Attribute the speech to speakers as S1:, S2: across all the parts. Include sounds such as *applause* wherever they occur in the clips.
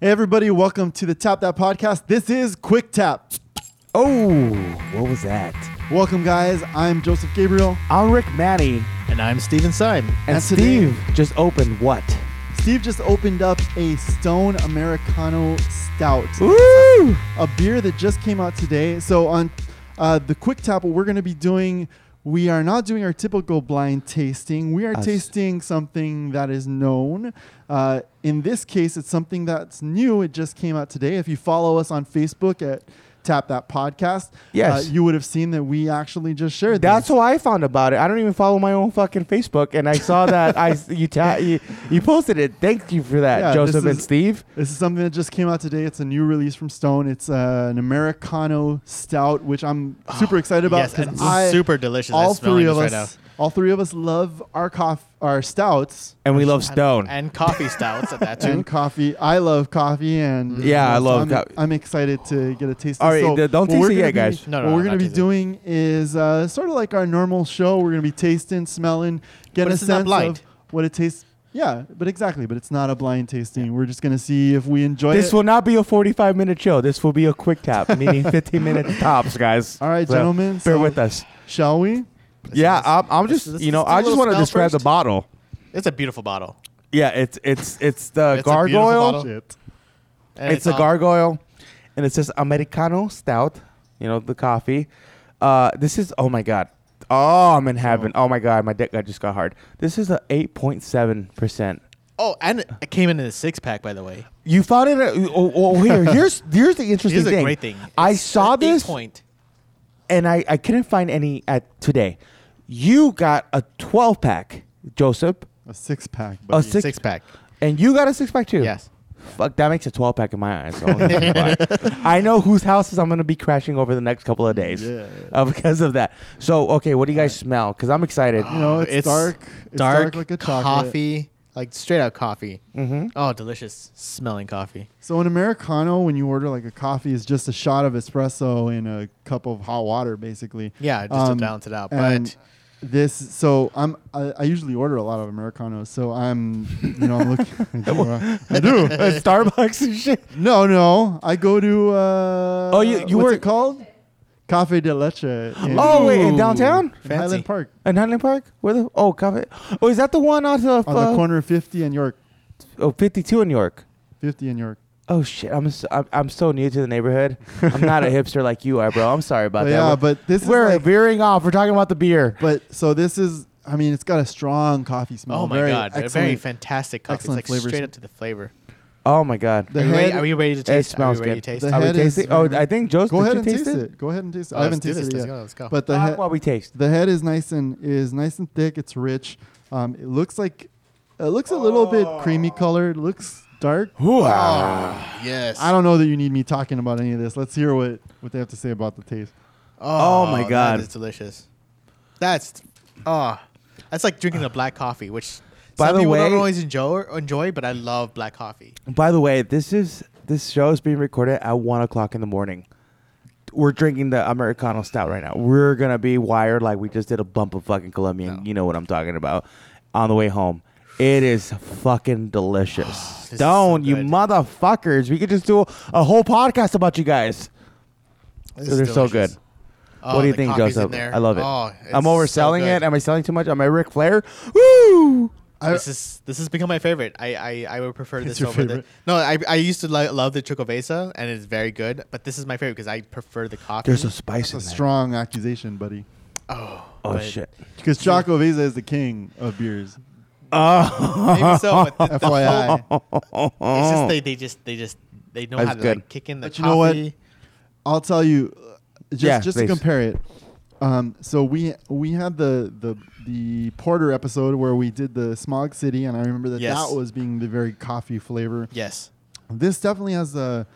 S1: Hey, everybody, welcome to the Tap That Podcast. This is Quick Tap.
S2: Oh, what was that?
S1: Welcome, guys. I'm Joseph Gabriel.
S2: I'm Rick Matty,
S3: And I'm Steven Side.
S2: and,
S1: And today-
S2: Steve just opened what?
S1: Steve just opened up a Stone Americano Stout,
S2: Woo!
S1: a beer that just came out today. So, on uh, the Quick Tap, what we're going to be doing, we are not doing our typical blind tasting. We are
S2: Us.
S1: tasting something that is known. Uh, in this case, it's something that's new. It just came out today. If you follow us on Facebook at Tap That Podcast,
S2: Yes.
S1: uh, you would have seen that we actually just shared this.
S2: That's how I found about it. I don't even follow my own fucking Facebook, and I saw that I you ta- you, you posted it. Thank you for that,
S1: Yeah,
S2: Joseph
S1: this
S2: and
S1: is-
S2: Steve.
S1: This is something that just came out today. It's a new release from Stone. It's uh, an Americano stout, which I'm
S3: *gasps*
S1: super excited about
S3: Oh, yes, and it's
S1: I-
S3: super delicious. I'm
S1: all
S3: smelling
S1: three of
S3: this right
S1: us, all three of us love our coff, our stouts
S2: And we love Stone.
S3: And coffee stouts
S1: *laughs*
S3: at that too.
S1: and coffee. I love coffee, and
S2: Mm. Yeah, I love
S1: I'm,
S2: coffee.
S1: I'm excited to get a taste.
S2: All
S1: of
S2: right,
S1: so
S2: d- don't
S1: what we're
S2: tease it
S1: gonna
S2: yet,
S1: be-
S2: guys.
S3: No, no,
S1: what
S3: no,
S1: we're
S3: not
S1: gonna be
S3: tease it.
S1: doing is uh, sort of like our normal show. We're gonna be tasting, smelling, getting
S3: But
S1: a
S3: this is not
S1: sense
S3: blind.
S1: of what it tastes. Yeah, but exactly. But it's not a blind tasting. We're just gonna see if we enjoy
S2: This
S1: it.
S2: will not be a 45 minute show. This will be a quick tap, meaning 15 minutes tops, guys.
S1: All right,
S2: So,
S1: gentlemen,
S2: Bear
S1: so-
S2: with us.
S1: Shall we?
S2: yeah, I'm, I'm
S3: let's-
S2: just
S3: let's
S2: you know
S3: just do a
S2: I just
S3: little
S2: want to
S3: smell
S2: describe the
S3: first.
S2: bottle.
S3: It's a beautiful bottle.
S2: Yeah, it's it's it's the
S3: It's a beautiful
S2: gargoyle.
S3: bottle.
S1: Shit.
S3: And um,
S2: it's a
S3: on-
S2: gargoyle, and it says Americano Stout. You know the coffee. Uh, this is oh my god. Oh, I'm in heaven. Oh my god, my dick I just got hard. This is a 8.7 percent.
S3: Oh, and it came in in a six pack, by the way.
S2: You found it. At, oh, oh, here,
S3: *laughs*
S2: here's here's the interesting
S3: Here's a
S2: thing.
S3: great thing.
S2: I
S3: It's
S2: saw
S3: an eight
S2: this
S3: point.
S2: and I I couldn't find any at today. You got a 12 pack, Joseph,
S1: A six pack.
S2: a
S1: buddy.
S2: six,
S3: six pack.
S2: and you got a six pack too.
S3: Yes.
S2: Fuck, that makes a 12 pack in my eyes. So
S1: *laughs*
S2: I know whose houses I'm going to be crashing over the next couple of days
S1: Yeah.
S2: uh, because of that. So, okay, what do you guys smell? Because
S1: *gasps*
S2: I'm excited.
S1: You know, it's, dark. It's dark, like a chocolate.
S3: coffee, like straight out coffee.
S2: mm-hmm.
S3: Oh, delicious smelling coffee.
S1: So an americano, when you order like a coffee, is just a shot of espresso in a cup of hot water, basically.
S3: Yeah, just
S1: Um,
S3: to balance it out.
S1: and
S3: But
S1: this, so I'm, I, I usually order a lot of americanos. So I'm, you know, I'm
S3: *laughs*
S1: looking. *laughs* I
S2: *laughs*
S1: do.
S2: Starbucks and shit.
S1: No, no, I go to. Uh,
S2: Oh, you- you
S1: what's
S2: work-
S1: it called? Cafe de leche. In
S2: Oh, wait, in
S3: Ooh.
S2: downtown?
S1: in
S3: fancy.
S1: Highland Park,
S2: In Highland Park? Where the, oh, cafe. Oh, is that the one out of
S1: on
S2: uh,
S1: the corner of 50 and York.
S2: Oh, 52 in York?
S1: 50 and York.
S2: Oh, shit. I'm, so, I'm, I'm so new to the neighborhood. I'm not
S1: *laughs*
S2: a hipster like you are, bro. I'm sorry about
S1: But
S2: that.
S1: yeah,
S2: We're-
S1: but this
S2: We're
S1: is like,
S2: veering off. We're talking about the beer.
S1: But so this is, I mean, it's got a strong coffee smell.
S3: oh my
S1: very
S3: god, a
S1: excellent.
S3: very fantastic coffee. It's
S1: excellent
S3: like
S1: flavors.
S3: straight up to the flavor.
S2: Oh, my God.
S1: The
S3: are, you
S1: head-
S3: ready, are we ready to taste?
S2: smells
S3: are we ready
S2: good.
S3: To taste?
S1: The
S2: Are we
S1: head is
S2: tasting? Oh,
S1: very-
S2: I think Joe's.
S1: Go
S2: did
S1: ahead
S2: you
S1: and
S2: taste Uh,
S1: taste it? Go ahead and taste it.
S3: Oh,
S1: I
S3: let's
S1: haven't
S3: do this.
S1: tasted
S3: Let's
S1: it
S3: go.
S1: yet.
S3: Let's go.
S1: But the
S2: Talk
S1: head,
S2: while we taste.
S1: the head is nice and is nice and thick. It's rich. Um, it looks like it looks a little bit creamy colored. Looks dark.
S3: Oh,
S2: Ah.
S3: Yes.
S1: I don't know that you need me talking about any of this. Let's hear what what they have to say about the taste.
S2: Oh, my God.
S3: that is delicious. That's oh, that's like drinking the black coffee, which
S2: By
S3: some
S2: the
S3: people don't
S2: way-
S3: always enjoy. Enjoy, but I love black coffee.
S2: By the way, this is this show is being recorded at one o'clock in the morning. We're drinking the Americano stout right now. We're gonna be wired like we just did a bump of fucking Colombian.
S3: No.
S2: You know what I'm talking about. On the way home, it is fucking delicious.
S3: *sighs* This is so
S2: Stone, you
S3: good.
S2: motherfuckers! We could just do a whole podcast about you guys.
S3: This is
S2: They're so
S3: delicious.
S2: good.
S3: Oh,
S2: what do you
S3: the
S2: think,
S3: coffee's in
S2: Joseph?
S3: there.
S2: I love it.
S3: Oh,
S2: I'm
S3: it's so
S2: overselling
S3: good.
S2: it. Am I selling too much? Am I Ric Flair? Woo!
S1: I-
S3: this is this has become my favorite. I I, I would prefer
S1: It's
S3: this
S1: your
S3: over
S1: favorite?
S3: the no. I, I used to lo- love the Chocovesa and it's very good, but this is my favorite because I prefer the coffee.
S2: There's a spice
S1: It's a
S2: in there.
S1: strong accusation, buddy.
S3: oh
S2: oh
S3: but
S2: shit!
S1: Because Chaco Visa is the king of beers.
S3: Maybe so,
S2: *laughs*
S3: but the, the whole,
S1: FYI.
S3: it's just they, they just they just they know
S2: That's
S3: how to
S2: good.
S3: like kick in the
S1: But you
S3: coffee.
S1: know what? I'll tell you, uh, just
S2: Yeah,
S1: just to
S2: please.
S1: compare it. Um, so we we had the the the porter episode where we did the smog city, and I remember that
S3: Yes.
S1: that was being the very coffee flavor.
S3: Yes.
S1: This definitely has the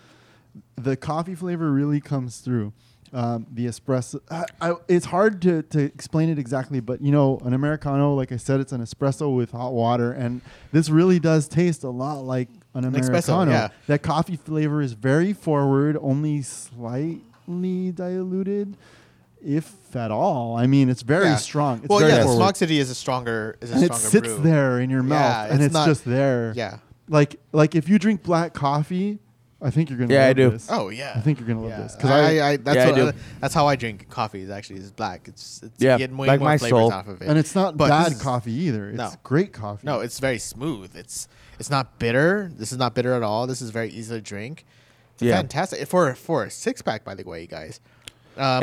S1: the coffee flavor really comes through. Um, the espresso. I, I, it's hard to, to explain it exactly, but you know, an americano, like I said, it's an espresso with hot water, and this really does taste a lot like an
S3: espresso,
S1: americano.
S3: yeah.
S1: That coffee flavor is very forward, only slightly diluted, if at all. I mean, it's very
S3: Yeah.
S1: strong. It's
S3: well,
S1: very
S3: yeah, the
S1: forward.
S3: Smog City is a stronger is a
S1: and it
S3: stronger
S1: sits
S3: brew.
S1: there in your mouth,
S3: Yeah,
S1: and
S3: it's
S1: it's
S3: not-
S1: just there.
S3: Yeah.
S1: like like if you drink black coffee, I think you're gonna.
S2: Yeah, I
S1: love
S2: do.
S1: This.
S3: Oh yeah,
S1: I think you're gonna love this because
S3: because
S1: I,
S3: I, I, that's
S2: Yeah, I
S3: what
S2: do.
S3: I- that's how I drink coffee. Is actually is black. It's, it's
S2: Yeah,
S3: you get way
S2: like
S3: more
S2: my
S3: flavors
S2: soul.
S3: off of it,
S1: and it's not
S3: But this
S1: bad
S3: is-
S1: coffee either. It's
S3: No.
S1: great coffee.
S3: No, it's very smooth. It's it's not bitter. This is not bitter at all. This is very easy to drink. It's
S2: Yeah.
S3: fantastic for for a six pack. By the way, you guys, um,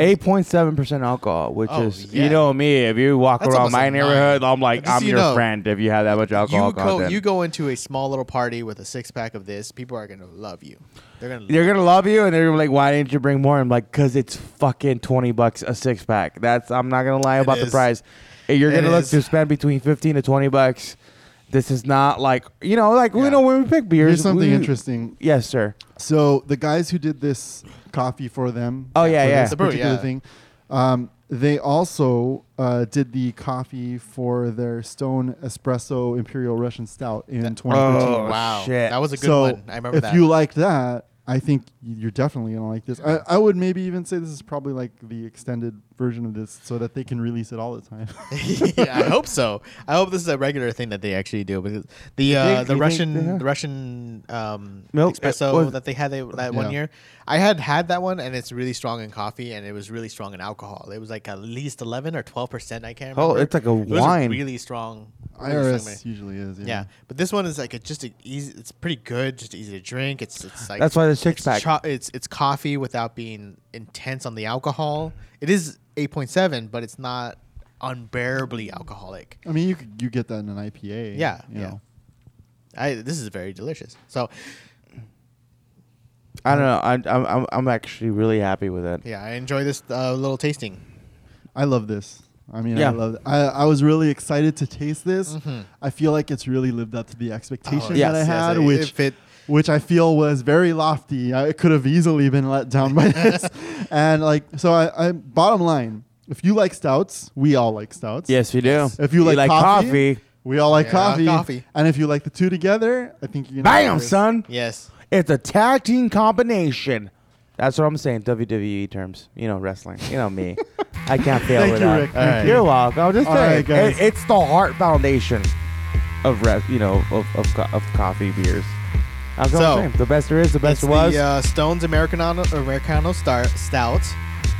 S2: *laughs* Eight point seven percent alcohol, which
S3: Oh,
S2: is
S3: yeah.
S2: you know me. If you walk
S3: That's
S2: around
S3: almost
S2: my
S3: a nine.
S2: neighborhood, I'm like
S3: Just so
S2: I'm
S3: you
S2: your
S3: know,
S2: friend if you have that much alcohol
S3: you go
S2: content.
S3: you go into a small little party with a six pack of this. People are gonna love you. They're gonna.
S2: They're gonna love you, and they're gonna be like, "Why didn't you bring more?" I'm like, "Cause it's fucking twenty bucks a six pack. That's I'm not gonna lie about the
S3: is.
S2: price. And You're
S3: It
S2: gonna look
S3: is.
S2: to spend between fifteen to twenty bucks. This is not like you know, like we
S3: Yeah.
S2: know when we pick beers.
S1: Here's something
S2: we-
S1: interesting.
S2: Yes, sir.
S1: So the guys who did this coffee for them.
S2: Oh, yeah,
S1: for
S2: yeah.
S1: This
S3: The brew,
S1: particular
S3: yeah.
S1: thing. Um, they also uh, did the coffee for their Stone Espresso Imperial Russian Stout in 2013.
S2: Oh,
S3: wow,
S2: shit.
S3: that was a good
S1: so
S3: one. I remember
S1: if
S3: that.
S1: you like that, I think you're definitely gonna like this. I, I would maybe even say this is probably like the extended version of this, so that they can release it all the
S3: *laughs*
S1: time.
S3: *laughs*
S1: *laughs*
S3: yeah, I hope so. I hope this is a regular thing that they actually do because the uh,
S2: think-
S3: the
S2: you think they
S3: Russian
S2: have?
S3: the Russian um,
S2: Milk, uh,
S3: espresso
S2: was-
S3: that they had they, that
S1: Yeah.
S3: one year. I had had that one and it's really strong in coffee and it was really strong in alcohol. It was like at least eleven or twelve percent. I can't
S2: Oh,
S3: remember.
S2: it's like a
S3: It was
S2: wine.
S3: really strong. really strong
S1: IRS
S3: beer.
S1: usually is. Yeah.
S3: Yeah, but this one is like a, just a easy. It's pretty good, just easy to drink. It's it's like
S2: That's why the six
S3: it's
S2: pack.
S3: cho- it's it's coffee without being intense on the alcohol. It is eight point seven, but it's not unbearably alcoholic.
S1: I mean, you could, you get that in an IPA.
S3: Yeah,
S1: You
S3: yeah.
S1: know.
S3: I this is very delicious. So
S2: I don't know. I'm I'm I'm- I'm actually really happy with it.
S3: yeah, I enjoy this uh, little tasting.
S1: I love this. I mean,
S2: Yeah. Mm-hmm.
S1: I love. I I was really excited to taste this. I feel like it's really lived up to the expectation
S2: yes,
S1: that I
S2: yes,
S1: had,
S3: it-
S1: which
S3: if it-
S1: which I feel was very lofty. I could have easily been let down
S2: *laughs*
S1: by this. and like, so I, I bottom line, if you like stouts, we all like stouts.
S2: Yes, we do.
S1: If you like, coffee,
S2: coffee,
S1: we all like
S3: Yeah,
S1: coffee.
S3: coffee.
S1: And if you like the two together, I think you.
S2: bam, son.
S3: Yes,
S2: It's a tag team combination. That's what I'm saying. WWE terms. You know, wrestling. You know
S3: *laughs*
S2: me. I can't fail
S1: Thank
S2: with
S1: you,
S2: that.
S1: Rick. Thank
S2: You're welcome. I'm just
S1: All
S2: saying.
S1: right, guys.
S2: it- it's the heart foundation of re- you know of of, co- of coffee beers. That's what
S3: So,
S2: I'm saying. The best there is, the
S3: that's
S2: best was.
S3: the uh, Stones Americano Americano Star Stout.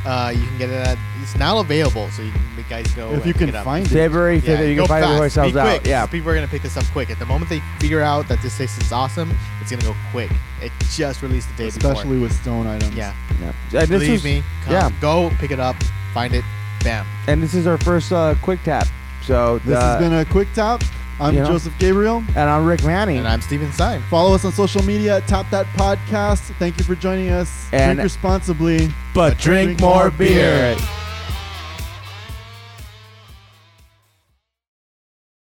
S3: Uh, you can get it at it's now available, so you, can, you guys go
S1: If
S3: and
S1: you
S3: pick
S1: can
S3: it up.
S1: find it,
S2: February 5th, you
S3: go
S2: can find it
S3: fast.
S2: yourselves
S3: Be
S2: out.
S3: quick.
S2: Yeah.
S3: people are gonna pick this up quick. At the moment they figure out that this taste is awesome, it's gonna go quick. It just released the day
S1: especially
S3: before.
S1: with stone items.
S3: yeah.
S2: yeah. And this
S3: Believe
S2: is,
S3: me, come,
S2: yeah.
S3: go pick it up, find it, bam.
S2: And this is our first uh, quick tap. So
S1: This
S2: uh,
S1: has been a quick tap. I'm
S2: you know.
S1: Joseph Gabriel.
S2: and I'm Rick Manning.
S3: And I'm Steven Stein.
S1: Follow us on social media at Top That Podcast. Thank you for joining us.
S2: And-
S1: Drink responsibly.
S2: but
S1: drink more beer.